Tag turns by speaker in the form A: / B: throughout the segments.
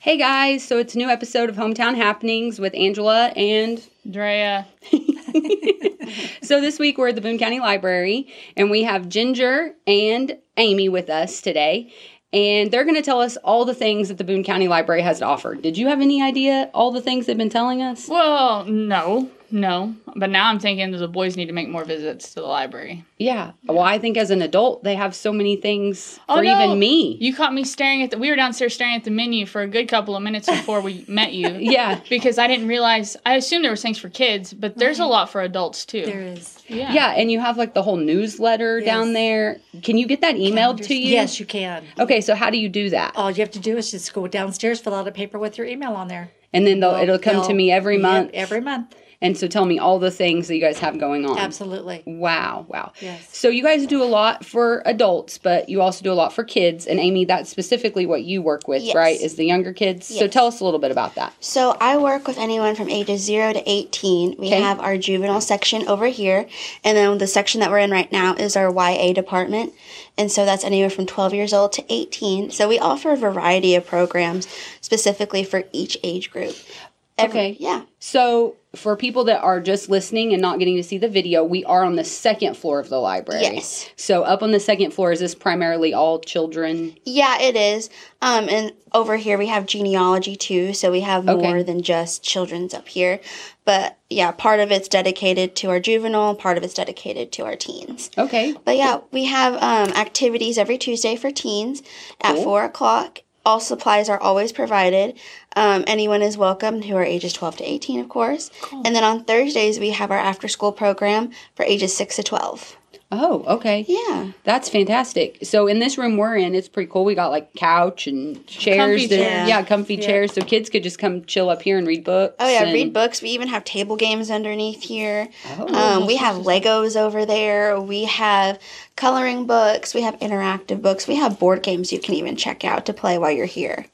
A: Hey guys, so it's a new episode of Hometown Happenings with Angela and
B: Drea.
A: so this week we're at the Boone County Library and we have Ginger and Amy with us today. And they're going to tell us all the things that the Boone County Library has to offer. Did you have any idea all the things they've been telling us?
B: Well, no, no. But now I'm thinking that the boys need to make more visits to the library.
A: Yeah. Well, I think as an adult, they have so many things
B: Oh,
A: for
B: no.
A: even me.
B: You caught me staring at the. We were downstairs staring at the menu for a good couple of minutes before we met you.
A: yeah.
B: Because I didn't realize. I assumed there was things for kids, but there's a lot for adults too.
C: There is.
B: yeah.
A: Yeah, and you have like the whole newsletter
C: Yes.
A: down there. Can you get that emailed to you?
C: Yes, you can.
A: Okay, so how do you do that?
C: All you have to do is just go downstairs, fill out a paper with your email on there.
A: And then they'll, it'll come to
C: They'll-
A: me every
C: Yep,
A: month.
C: every month.
A: And so tell me all the things that you guys have going on. Oh,
C: Absolutely.
A: Wow, wow.
C: Yes.
A: So you guys do a lot for adults, but you also do a lot for kids. And Amy, that's specifically what you work with,
D: Yes.
A: right? Is the younger kids. So
D: Yes.
A: tell us a little bit about that.
D: So I work with anyone from ages zero to eighteen. We
A: Okay.
D: have our juvenile section over here, and then the section that we're in right now is our YA department, and so that's anywhere from twelve years old to eighteen. So we offer a variety of programs specifically for each age group. Every-
A: Okay.
D: Yeah.
A: So for people that are just listening and not getting to see the video, we are on the second floor of the library.
D: Yes.
A: So up on the second floor, is this primarily all children?
D: Yeah, it is. Um, and over here we have genealogy too, so we have
A: Okay.
D: more than just children's up here. But yeah, part of it's dedicated to our juvenile, part of it's dedicated to our teens.
A: Okay.
D: But yeah, we have um, activities every Tuesday for teens at
A: Cool.
D: four o'clock. All supplies are always provided. Um, anyone is welcome who are ages 12 to 18, of course. And then on Thursdays, we have our after school program for ages 6 to 12.
A: Oh, okay.
D: Yeah.
A: That's fantastic. So in this room we're in, it's pretty cool. We got like couch and chairs.
B: Comfy
A: that-
B: chairs.
A: Yeah, comfy chairs. So kids could just come chill up here and read books.
D: Oh, yeah,
A: and-
D: read books. We even have table games underneath here.
A: Oh.
D: Um, we have Legos over there. We have coloring books. We have interactive books. We have board games you can even check out to play while you're here.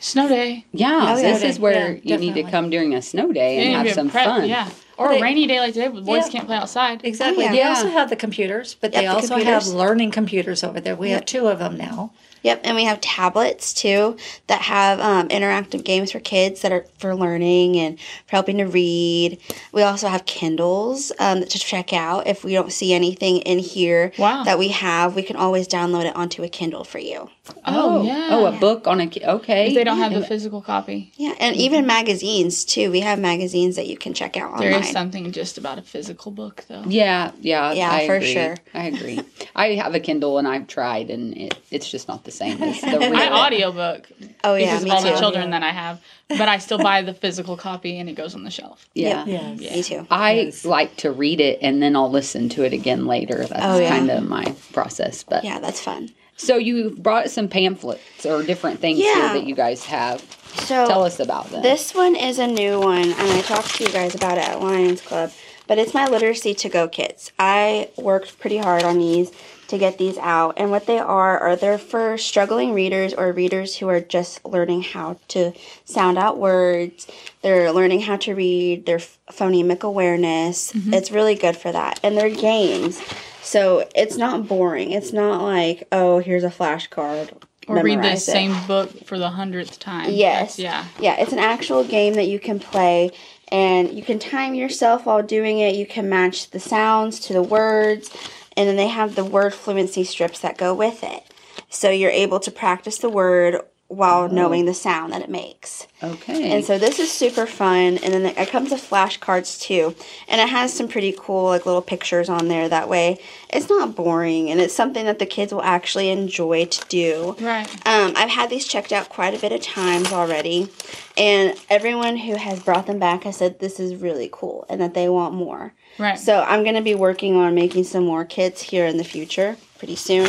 B: Snow day.
A: yeah,
D: Oh, yeah.
A: this is where
C: Yeah,
A: you need to
C: definitely.
A: come during a snow day and
B: Yeah,
A: have some
B: prep-
A: fun.
B: Yeah. Or a rainy day like today, but the boys
C: Yeah.
B: can't play outside.
C: Exactly.
D: yeah.
C: They
A: Yeah.
C: also have the computers, but
D: Yep,
C: they
D: the
C: also
D: computers.
C: have learning computers over there. We have two of them now.
D: Yep, and we have tablets too that have um, interactive games for kids that are for learning and for helping to read. We also have Kindles um, to check out. If we don't see anything in here
B: Wow.
D: that we have, we can always download it onto a Kindle for you.
B: Oh, yeah.
A: Oh, a book on a ki- okay.
B: If they don't have the physical copy.
D: Yeah, and even magazines too. We have magazines that you can check out online.
B: There is something just about a physical book though.
A: Yeah, yeah,
D: Yeah,
A: I
D: for
A: agree.
D: sure.
A: I agree. I have a Kindle and I've tried, and it, it's just not the same. It's the real.
B: I audiobook
D: Oh yeah,
B: because
D: me
B: of all
D: too.
B: the children that I have, but I still buy the physical copy and it goes on the shelf.
A: yeah.
C: Yes.
D: Me too.
A: I like to read it and then I'll listen to it again later. That's
D: Oh, yeah.
A: kind of my process. But
D: Yeah, that's fun.
A: so you brought some pamphlets or different things here
D: Yeah.
A: that you guys have.
D: So
A: Tell us about them.
D: This one is a new one, and I talked to you guys about it at Lions Club, but it's my Literacy to Go kits. I worked pretty hard on these to get these out, and what they are are they're for struggling readers or readers who are just learning how to sound out words. They're learning how to read, their phonemic awareness.
B: Mm-hmm.
D: It's really good for that, and they're games. So it's not boring. It's not like, oh, here's a flashcard.
B: Or read the
D: memorize it.
B: same book for the hundredth time.
D: Yes.
B: That's- yeah.
D: Yeah, it's an actual game that you can play and you can time yourself while doing it. You can match the sounds to the words and then they have the word fluency strips that go with it. So you're able to practice the word while knowing the sound that it makes.
A: okay.
D: And so this is super fun. And then it comes with flashcards too. And it has some pretty cool like little pictures on there that way. It's not boring and it's something that the kids will actually enjoy to do.
B: Right.
D: Um, I've had these checked out quite a bit of times already, and everyone who has brought them back has said this is really cool and that they want more.
B: Right.
D: So I'm going to be working on making some more kits here in the future, pretty soon.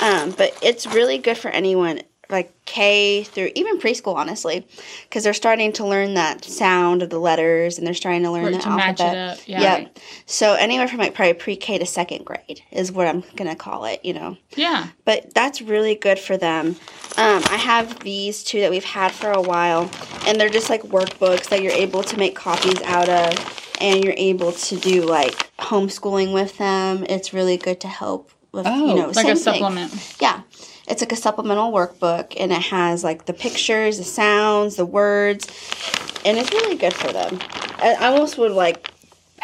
D: Um, but it's really good for anyone, like K through even preschool, honestly, because they're starting to learn that sound of the letters and they're starting to learn
B: Right,
D: the
B: to match it up,
D: alphabet.
B: yeah.
D: Yep. So anywhere from like probably pre-K to second grade is what I'm going to call it. You know
B: yeah.
D: but that's really good for them. Um, I have these two that we've had for a while, and they're just like workbooks that you're able to make copies out of, and you're able to do like homeschooling with them. It's really good to help with
A: Oh,
D: you know
B: Like
D: same
B: a
D: thing.
B: supplement.
D: Yeah. It's like a supplemental workbook and it has like the pictures, the sounds, the words, and it's really good for them. I I almost would like,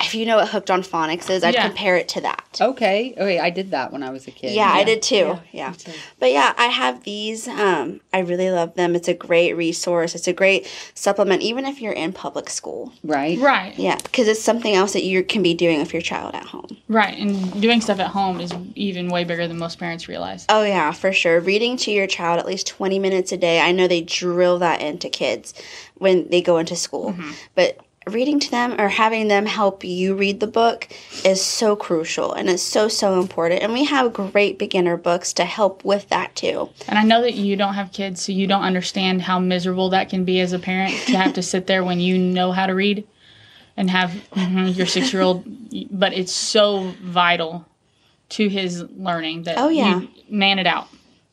D: if you know what Hooked on Phonics is, I'd
B: Yeah.
D: compare it to that.
A: Okay. Okay. I did that when I was a kid.
D: Yeah, I did too. Yeah.
C: too.
D: But yeah, I have these. Um, I really love them. It's a great resource. It's a great supplement, even if you're in public school.
A: Right.
B: Right.
D: Yeah, because it's something else that you can be doing with your child at home.
B: Right. And doing stuff at home is even way bigger than most parents realize.
D: Oh, yeah, for sure. Reading to your child at least 20 minutes a day. I know they drill that into kids when they go into school. But reading to them or having them help you read the book is so crucial and it's so, so important. And we have great beginner books to help with that too.
B: And I know that you don't have kids, so you don't understand how miserable that can be as a parent to have to sit there when you know how to read and have mhm, your six year old. But it's so vital to his learning that
D: Oh, yeah.
B: you man it out.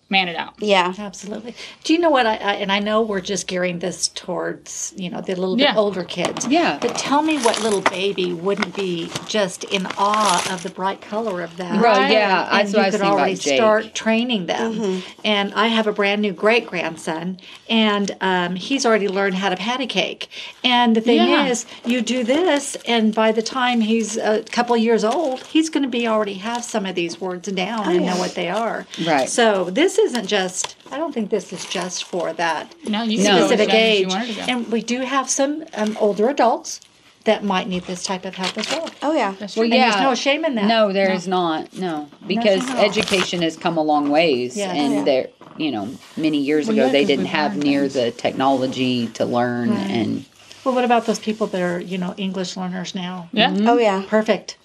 B: Man it out.
D: Yeah.
C: Absolutely. Do you know what? I, I and I know we're just gearing this towards you know the little
B: Yeah.
C: bit older kids.
A: Yeah.
C: But tell me, what little baby wouldn't be just in awe of the bright color of that?
A: Right, yeah, that's
C: and
A: what
C: you
A: I was
C: could
A: thinking about
C: already
A: Jake. Mm-hmm.
C: start training them. And I have a brand new great grandson, and um, he's already learned how to patty cake. And the thing
B: Yeah.
C: is, you do this, and by the time he's a couple years old, he's going to be already have some of these words down and know what they are.
A: Oh, Right.
C: So Oh, this isn't just. I don't think this is just for that
B: No, you can go as
C: specific
B: young as you
C: age.
B: wanted to go.
C: And we do have some um, older adults that might need this type of help as well.
D: Oh, yeah.
B: That's
A: Well,
B: true.
C: And
A: yeah.
C: there's no shame in that.
A: No, there is not. No, because
C: not.
A: education has come a long ways,
C: Yes.
A: and
C: Yeah.
A: there, you know, many years
B: Well,
A: ago
B: yeah,
A: they
B: 'cause
A: didn't
B: we've
A: have
B: learned
A: near
B: things.
A: the technology to learn,
C: Right.
A: and
C: Well, what about those people that are, you know, English learners now?
B: Yeah.
D: Oh, yeah.
C: Perfect.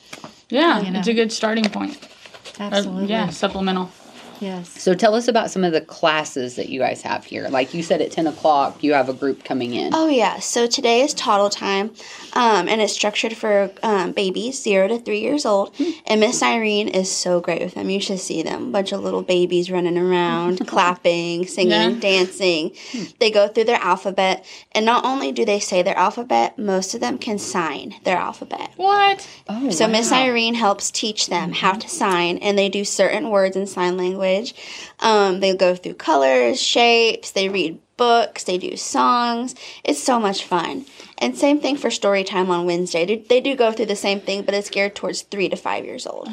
B: Yeah.
C: You know.
B: It's a good starting point. Uh,
C: Absolutely.
B: yeah. Supplemental.
C: Yes.
A: so tell us about some of the classes that you guys have here. Like you said, at ten o'clock you have a group coming in.
D: Oh yeah, so today is toddle time, um, and it's structured for um, babies zero to three years old. And Miss Irene is so great with them. You should see them, bunch of little babies running around, clapping, singing,
B: Yeah.
D: dancing. They go through their alphabet, and not only do they say their alphabet, most of them can sign their alphabet.
B: What?
A: Oh,
D: So Miss
A: wow.
D: Irene helps teach them how to sign, and they do certain words in sign language. Um, they go through colors, shapes. They read books. They do songs. It's so much fun. And same thing for story time on Wednesday. They- They do go through the same thing, but it's geared towards three to five years old.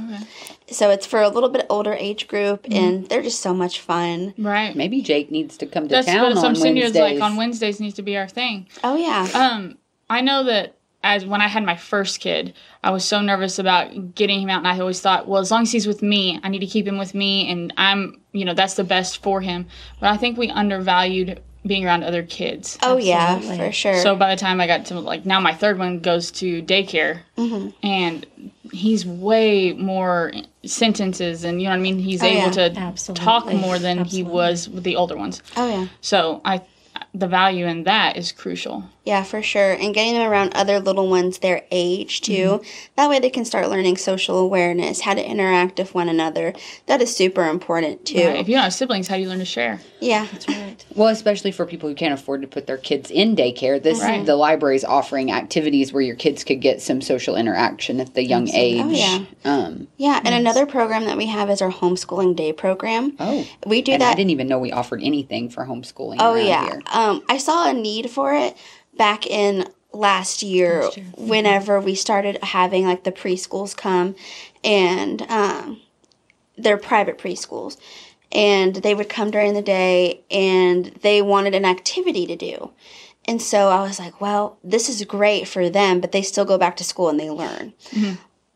D: So it's for a little bit older age group, and they're just so much fun.
B: Right.
A: maybe Jake needs to come to
B: That's
A: town
B: what
A: on
B: I'm saying. to you,
A: Wednesdays.
B: It's like on Wednesdays needs to be our thing.
D: Oh yeah.
B: Um, I know that as when I had my first kid, I was so nervous about getting him out, and I always thought, well, as long as he's with me, I need to keep him with me, and I'm, you know, that's the best for him. But I think we undervalued being around other kids.
D: oh yeah,
C: absolutely.
D: for sure.
B: So by the time I got to like now, my third one goes to daycare,
C: Mm-hmm.
B: and he's way more sentences, and you know what I mean. He's able
D: yeah.
B: to
C: Oh, Absolutely.
B: talk more than he
C: Absolutely.
B: was with the older ones.
D: oh yeah.
B: So I, the value in that is crucial.
D: Yeah, for sure. And getting them around other little ones their age too.
A: Mm-hmm.
D: That way they can start learning social awareness, how to interact with one another. That is super important too.
B: Right. If you don't have siblings, how do you learn to share?
D: Yeah.
C: Right.
A: Well, especially for people who can't afford to put their kids in daycare, this
B: Right.
A: the library's offering activities where your kids could get some social interaction at the young age.
D: Oh, yeah.
A: Um,
D: Yeah. And another program that we have is our homeschooling day program.
A: oh,
D: We do
A: and I
D: that.
A: didn't even know we offered anything for homeschooling.
D: Oh
A: around
D: yeah.
A: here.
D: Um, I saw a need for it back in last year, whenever we started having like the preschools come and um, they're private preschools. And they would come during the day and they wanted an activity to do. And so I was like, well, this is great for them, but they still go back to school and they learn.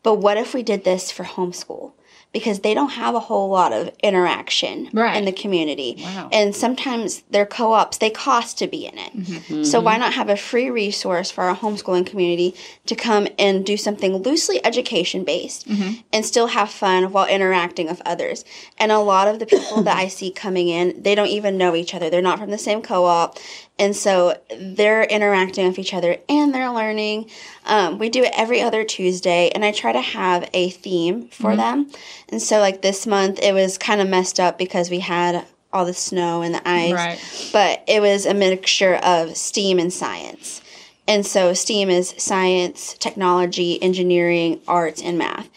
D: But what if we did this for homeschool? Because they don't have a whole lot of interaction in
B: Right.
D: the community.
A: Wow.
D: And sometimes their co ops, they cost to be in it. So why not have a free resource for our homeschooling community to come and do something loosely education based and still have fun while interacting with others? And a lot of the people that I see coming in, they don't even know each other. They're not from the same co op. And so they're interacting with each other and they're learning. Um, we do it every other Tuesday, and I try to have a theme for them. And so, like this month, it was kind of messed up because we had all the snow and the ice
B: Right.
D: but it was a mixture of STEAM and science. And so STEAM is science, technology, engineering, arts, and math.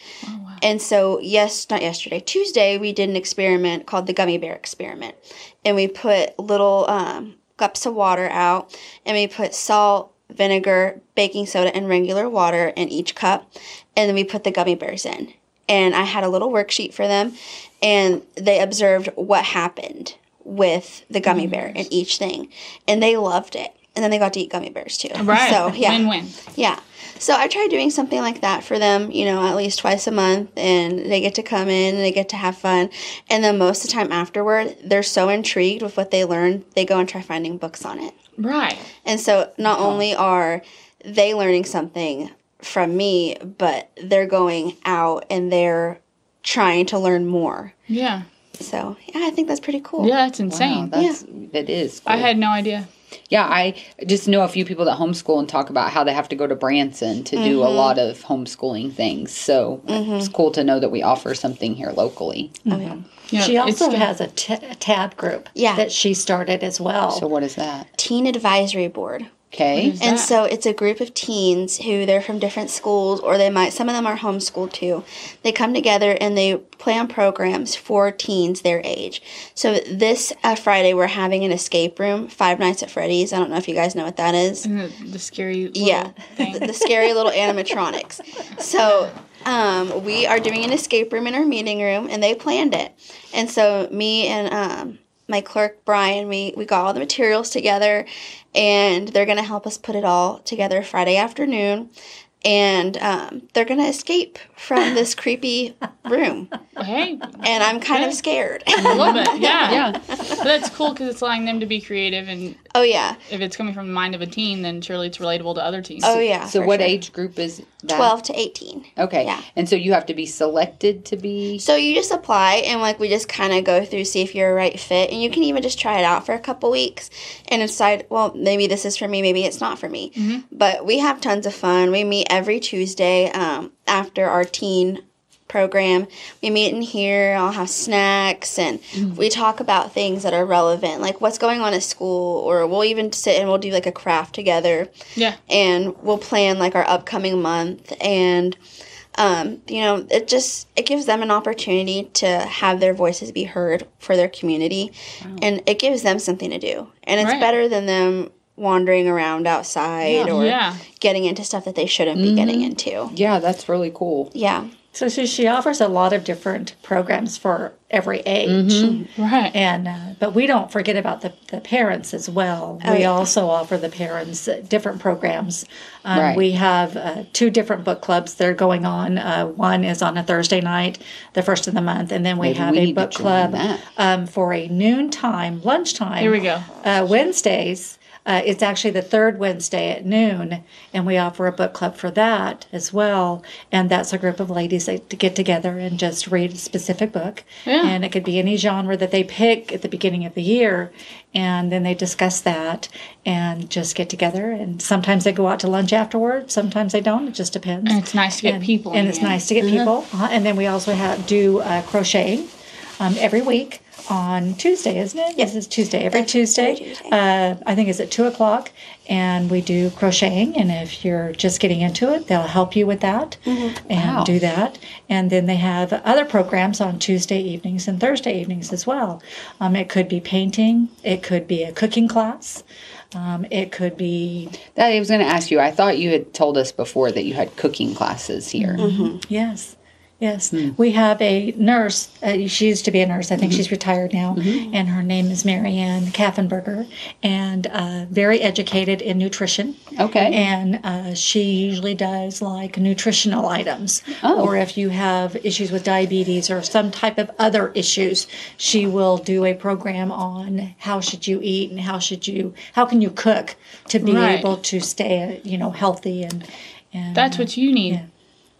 D: And so, yes, not yesterday, Tuesday, we did an experiment called the gummy bear experiment. And we put little um, cups of water out, and we put salt, vinegar, baking soda, and regular water in each cup. And then we put the gummy bears in. And I had a little worksheet for them, and they observed what happened with the gummy bear and each thing. And they loved it. And then they got to eat gummy bears too.
B: Right.
D: So, yeah.
B: Win-win.
D: Yeah. So I try doing something like that for them, you know, at least twice a month, and they get to come in and they get to have fun. And then most of the time afterward, they're so intrigued with what they learned, they go and try finding books on it.
B: Right.
D: And so not only are they learning something from me, but they're going out and they're trying to learn more.
B: Yeah.
D: So yeah, I think that's pretty cool.
B: Yeah, that's
A: Wow,
B: insane.
A: Oh, that's that is.
B: I
A: cool.
B: had no idea.
A: Yeah, I just know a few people that homeschool and talk about how they have to go to Branson to do
D: Mm-hmm.
A: a lot of homeschooling things. So it's cool to know that we offer something here locally.
D: Oh, yeah.
B: Yeah,
C: she
B: it's
C: also
B: good.
C: has a t- a tab group
D: Yeah.
C: that she started as well.
A: So what is that?
D: Teen Advisory Board.
A: Okay.
B: What
D: And
B: that?
D: so it's a group of teens who they're from different schools, or they might, some of them are homeschooled too. They come together and they plan programs for teens their age. So this uh, Friday, we're having an escape room, Five Nights at Freddy's. I don't know if you guys know what that is.
B: Isn't it the scary little
D: Yeah.
B: thing?
D: the scary little animatronics. So um, we are doing an escape room in our meeting room, and they planned it. And so me and um, my clerk Brian, we we got all the materials together, and they're gonna help us put it all together Friday afternoon. And um, they're gonna escape from this creepy room,
B: hey,
D: and I'm kind of
B: Okay.
D: scared.
B: I love it. Yeah.
A: Yeah.
B: But that's cool because it's allowing them to be creative, and
D: oh yeah,
B: if it's coming from the mind of a teen, then surely it's relatable to other teens.
D: oh yeah.
A: So
D: for
A: what
D: sure.
A: age group is that?
D: Twelve to eighteen.
A: Okay.
D: Yeah.
A: And so you have to be selected to be
D: So you just apply and like we just kind of go through see if you're a right fit and you can even just try it out for a couple weeks and decide well maybe this is for me maybe it's not for me but we have tons of fun we meet every Tuesday um, after our teen program we meet in here I'll have snacks and we talk about things that are relevant like what's going on at school or we'll even sit and we'll do like a craft together
B: Yeah.
D: and we'll plan like our upcoming month and um, you know it just it gives them an opportunity to have their voices be heard for their community and it gives them something to do and it's
B: Right.
D: better than them wandering around outside or
B: Yeah.
D: getting into stuff that they shouldn't be getting into
A: Yeah, that's really cool.
D: yeah
C: So she, she offers a lot of different programs for every age.
B: Right.
C: And uh, but we don't forget about the, the parents as well.
A: Oh,
C: we
D: yeah.
C: also offer the parents uh, different programs. Um,
A: Right.
C: We have uh, two different book clubs that are going on. Uh, one is on a Thursday night, the first of the month, and then we
A: Maybe
C: have
A: we
C: a
A: need to
C: book
A: join
C: club
A: that.
C: um, for a noontime, lunchtime.
B: Here we go.
C: Uh, Wednesdays. Uh, it's actually the third Wednesday at noon, and we offer a book club for that as well. And that's a group of ladies that to get together and just read a specific book.
B: Yeah.
C: And it could be any genre that they pick at the beginning of the year. And then they discuss that and just get together. And sometimes they go out to lunch afterward, sometimes they don't. It just depends.
B: And it's nice to get
C: And-
B: people.
C: And
B: in
C: it's
B: the end.
C: nice to get people. Uh, and then we also have do uh, crocheting um, every week on Tuesday, isn't it? Yes, it's Tuesday. Every Tuesday, Uh, I think it's at two o'clock, and we do crocheting. And if you're just getting into it, they'll help you with that and
A: Wow.
C: do that. And then they have other programs on Tuesday evenings and Thursday evenings as well. Um, it could be painting. It could be a cooking class. Um, it could be
A: That I was going to ask you. I thought you had told us before that you had cooking classes here.
C: Mm-hmm. Yes. Yes. We have a nurse. Uh, she used to be a nurse. I think she's retired now. And her name is Marianne Kaffenberger and uh, very educated in nutrition.
A: Okay.
C: Mm-hmm. And uh, she usually does like nutritional items.
A: Oh.
C: Or if you have issues with diabetes or some type of other issues, she will do a program on how should you eat and how should you, how can you cook to be
B: Right.
C: able to stay, you know, healthy and, and
B: That's what you need.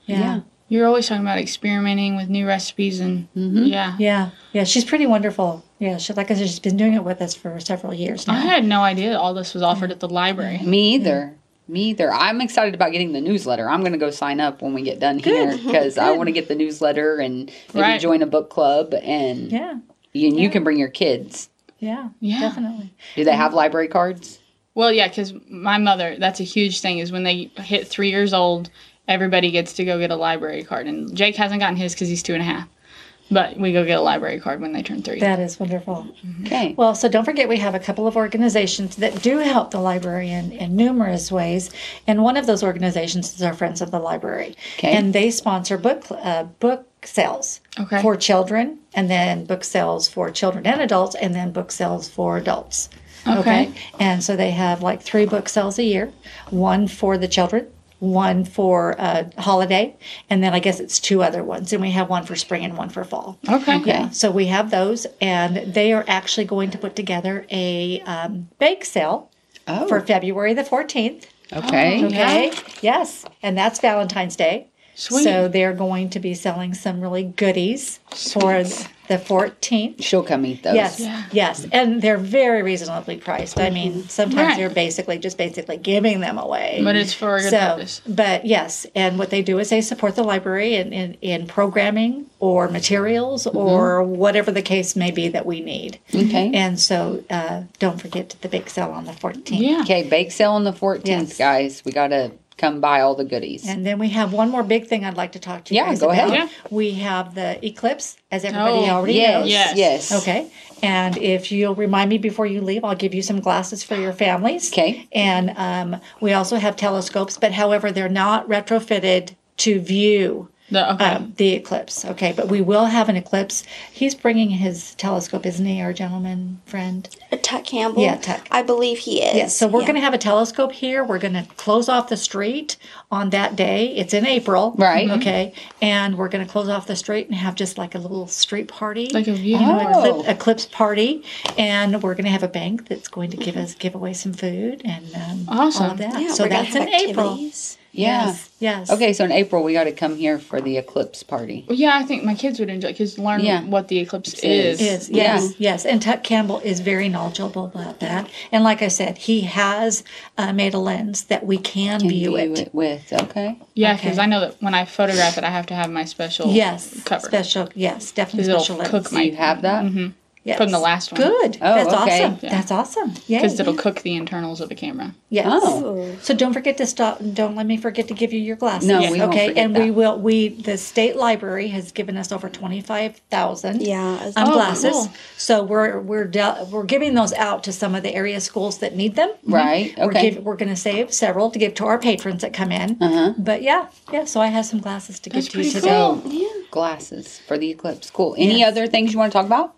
C: yeah.
B: You're always talking about experimenting with new recipes, and yeah.
C: Yeah, yeah, she's pretty wonderful. Yeah, she, like I said, she's been doing it with us for several years
B: I
C: now.
B: had no idea all this was offered at the library.
A: Me either. Me either. I'm excited about getting the newsletter. I'm going to go sign up when we get done here because I want to get the newsletter and maybe
B: Right.
A: join a book club. And
C: Yeah,
A: you, you can bring your kids.
C: yeah,
B: Yeah.
C: definitely.
A: Do they have library cards?
B: Well, yeah, because my mother, that's a huge thing, is when they hit three years old, everybody gets to go get a library card. And Jake hasn't gotten his because he's two and a half. But we go get a library card when they turn three.
C: That is wonderful.
A: Okay.
C: Well, so don't forget we have a couple of organizations that do help the librarian in numerous ways, and one of those organizations is our Friends of the Library,
A: Okay.
C: and they sponsor book cl- uh, book sales
B: Okay.
C: for children, and then book sales for children and adults, and then book sales for adults.
B: Okay.
C: And so they have like three book sales a year, one for the children. One for uh, holiday, and then I guess it's two other ones, and we have one for spring and one for fall.
B: Okay.
C: Yeah, so we have those, and they are actually going to put together a um, bake sale
A: Oh.
C: for February the 14th.
A: okay.
C: Okay, yes, and that's Valentine's Day.
B: Sweet.
C: So they're going to be selling some really goodies for the 14th.
A: She'll come eat those.
C: Yes,
B: Yeah.
C: yes, and they're very reasonably priced. I mean, sometimes
B: Right.
C: they're basically just basically giving them away.
B: But it's for a good
C: so,
B: purpose.
C: But yes, and what they do is they support the library in, in, in programming or materials or whatever the case may be that we need.
A: Mm-hmm. Okay.
C: And so uh, don't forget the bake sale on the 14th.
B: Yeah.
A: Okay, bake sale on the 14th,
C: Yes.
A: guys. We got to come buy all the goodies.
C: And then we have one more big thing I'd like to talk to you
A: Yeah,
C: guys
A: go ahead.
C: about.
B: Yeah.
C: We have the eclipse, as everybody
B: Oh,
C: already
A: yes,
C: knows.
A: yes.
B: Yes.
C: Okay. And if you'll remind me before you leave, I'll give you some glasses for your families.
A: Okay.
C: And um, we also have telescopes, but however, they're not retrofitted to view
B: The- okay.
C: um, the eclipse. Okay. But we will have an eclipse. He's bringing his telescope, isn't he, our gentleman friend?
D: Tuck Campbell.
C: Yeah, Tuck.
D: I believe he is.
C: Yes, so we're
D: Yeah.
C: going to have a telescope here. We're going to close off the street on that day. It's in April.
A: Right.
C: Okay. And we're going to close off the street and have just like a little street party.
B: Like a view.
A: Oh.
C: Eclip- Eclipse party, and we're going to have a bank that's going to give us give away some food and um, all
B: Awesome.
C: of that.
D: Yeah,
C: so
D: we're gonna
C: that's
D: have
C: in April.
D: activities.
A: yeah.
C: Yes. Yes.
A: Okay, so in April, we got to come here for the eclipse party.
B: Well, yeah, I think my kids would enjoy because learn
A: Yeah.
B: what the eclipse
A: is.
B: is.
C: Is yes, yes, and Tuck Campbell is very knowledgeable about that. And like I said, he has uh, made a lens that we can, view, it.
A: with. Okay.
B: Yeah, because
C: Okay.
B: I know that when I photograph it, I have to have my special
C: Yes,
B: cover.
C: special. Yes, definitely
B: Because it'll
C: special lens.
B: cook
A: Do you have that?
C: Yes.
B: from the last one.
C: Good.
A: Oh,
C: That's
A: okay.
C: awesome.
B: Yeah.
C: That's awesome. Yeah.
B: Because it'll cook the internals of the camera.
C: Yes.
A: Oh.
C: So don't forget to stop. Don't let me forget to give you your glasses.
A: No, we won't
C: okay.
A: forget
C: and we
A: that.
C: will. We the state library has given us over twenty five thousand.
D: Yeah, it's-
C: Um,
D: Oh,
C: glasses.
B: cool.
C: So we're we're del- we're giving those out to some of the area schools that need them.
A: Right.
C: We're,
A: Okay.
C: give, we're going to save several to give to our patrons that come in.
A: Uh-huh.
C: But yeah, yeah. So I have some glasses to
B: That's
C: give to
B: pretty
C: you today.
B: cool.
A: Glasses for the eclipse. Cool. Any other things you want to talk about?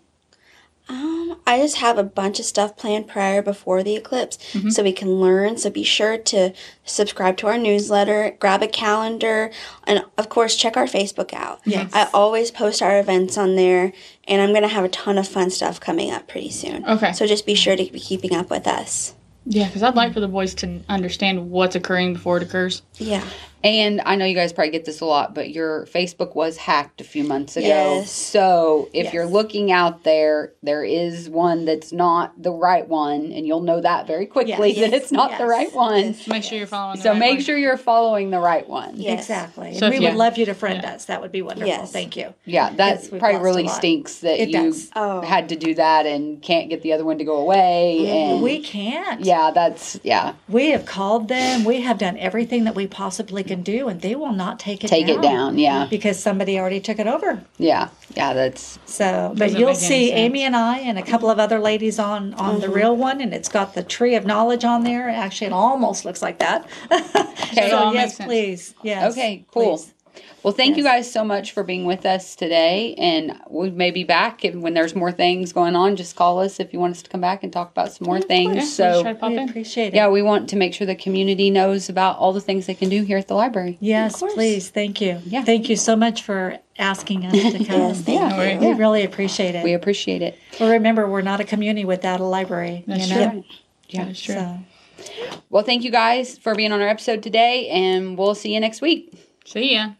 D: Um, I just have a bunch of stuff planned prior before the eclipse so we can learn. So be sure to subscribe to our newsletter, grab a calendar, and of course, check our Facebook out.
C: Yes.
D: I always post our events on there, and I'm going to have a ton of fun stuff coming up pretty soon.
B: Okay.
D: So just be sure to be keeping up with us.
B: Yeah, because I'd
A: Hmm.
B: like for the boys to understand what's occurring before it occurs.
D: Yeah.
A: And I know you guys probably get this a lot, but your Facebook was hacked a few months ago.
D: Yes.
A: So if
D: Yes.
A: you're looking out there, there is one that's not the right one, and you'll know that very quickly
C: Yes.
A: that it's not the
C: Yes.
A: right one.
B: Make sure you're following. the
A: So
B: right
A: make
B: one.
A: sure you're following the right one.
D: Yeah. Yes.
C: Exactly.
B: So
C: and
B: if
C: we
B: you-
C: would love you to friend
B: Yeah.
C: us. That would be wonderful.
D: Yes.
C: Thank you.
A: Yeah, that
C: Yes, we've
A: probably
C: lost a
A: really
C: lot.
A: stinks that
C: It
A: you
C: does.
D: Oh.
A: had to do that and can't get the other one to go away. And
C: Mm-hmm. We can't.
A: yeah, that's yeah.
C: We have called them. We have done everything that we possibly can do, and they will not take it
A: Take
C: down
A: it down. Yeah,
C: because somebody already took it over.
A: yeah, yeah. That's
C: So, but
B: Doesn't
C: you'll
B: make any
C: see
B: sense.
C: Amy and I and a couple of other ladies on on
A: Mm-hmm.
C: the real one, and it's got the tree of knowledge on there. Actually, it almost looks like that.
A: Okay. It
C: so
B: all makes
C: yes,
B: sense.
C: please. Yes.
A: okay. Cool.
C: please.
A: Well, thank you guys so much for being with us today, and we may be back. And when there's more things going on, just call us if you want us to come back and talk about some more things.
B: Yeah, we should try
A: so.
B: to pop
C: We
B: in.
C: appreciate it.
A: Yeah, we want to make sure the community knows about all the things they can do here at the library.
C: Yes,
D: course.
C: please. Thank you.
A: Yeah.
C: Thank you so much for asking us to come.
D: Yes, thank
A: Yeah.
D: you.
B: Alright.
C: We really appreciate it.
A: We appreciate it.
C: Well, remember, we're not a community without a library.
B: That's
C: you
B: true.
C: know?
A: Yeah.
B: That's true.
C: So,
A: Well, thank you guys for being on our episode today, and we'll see you next week.
B: See ya.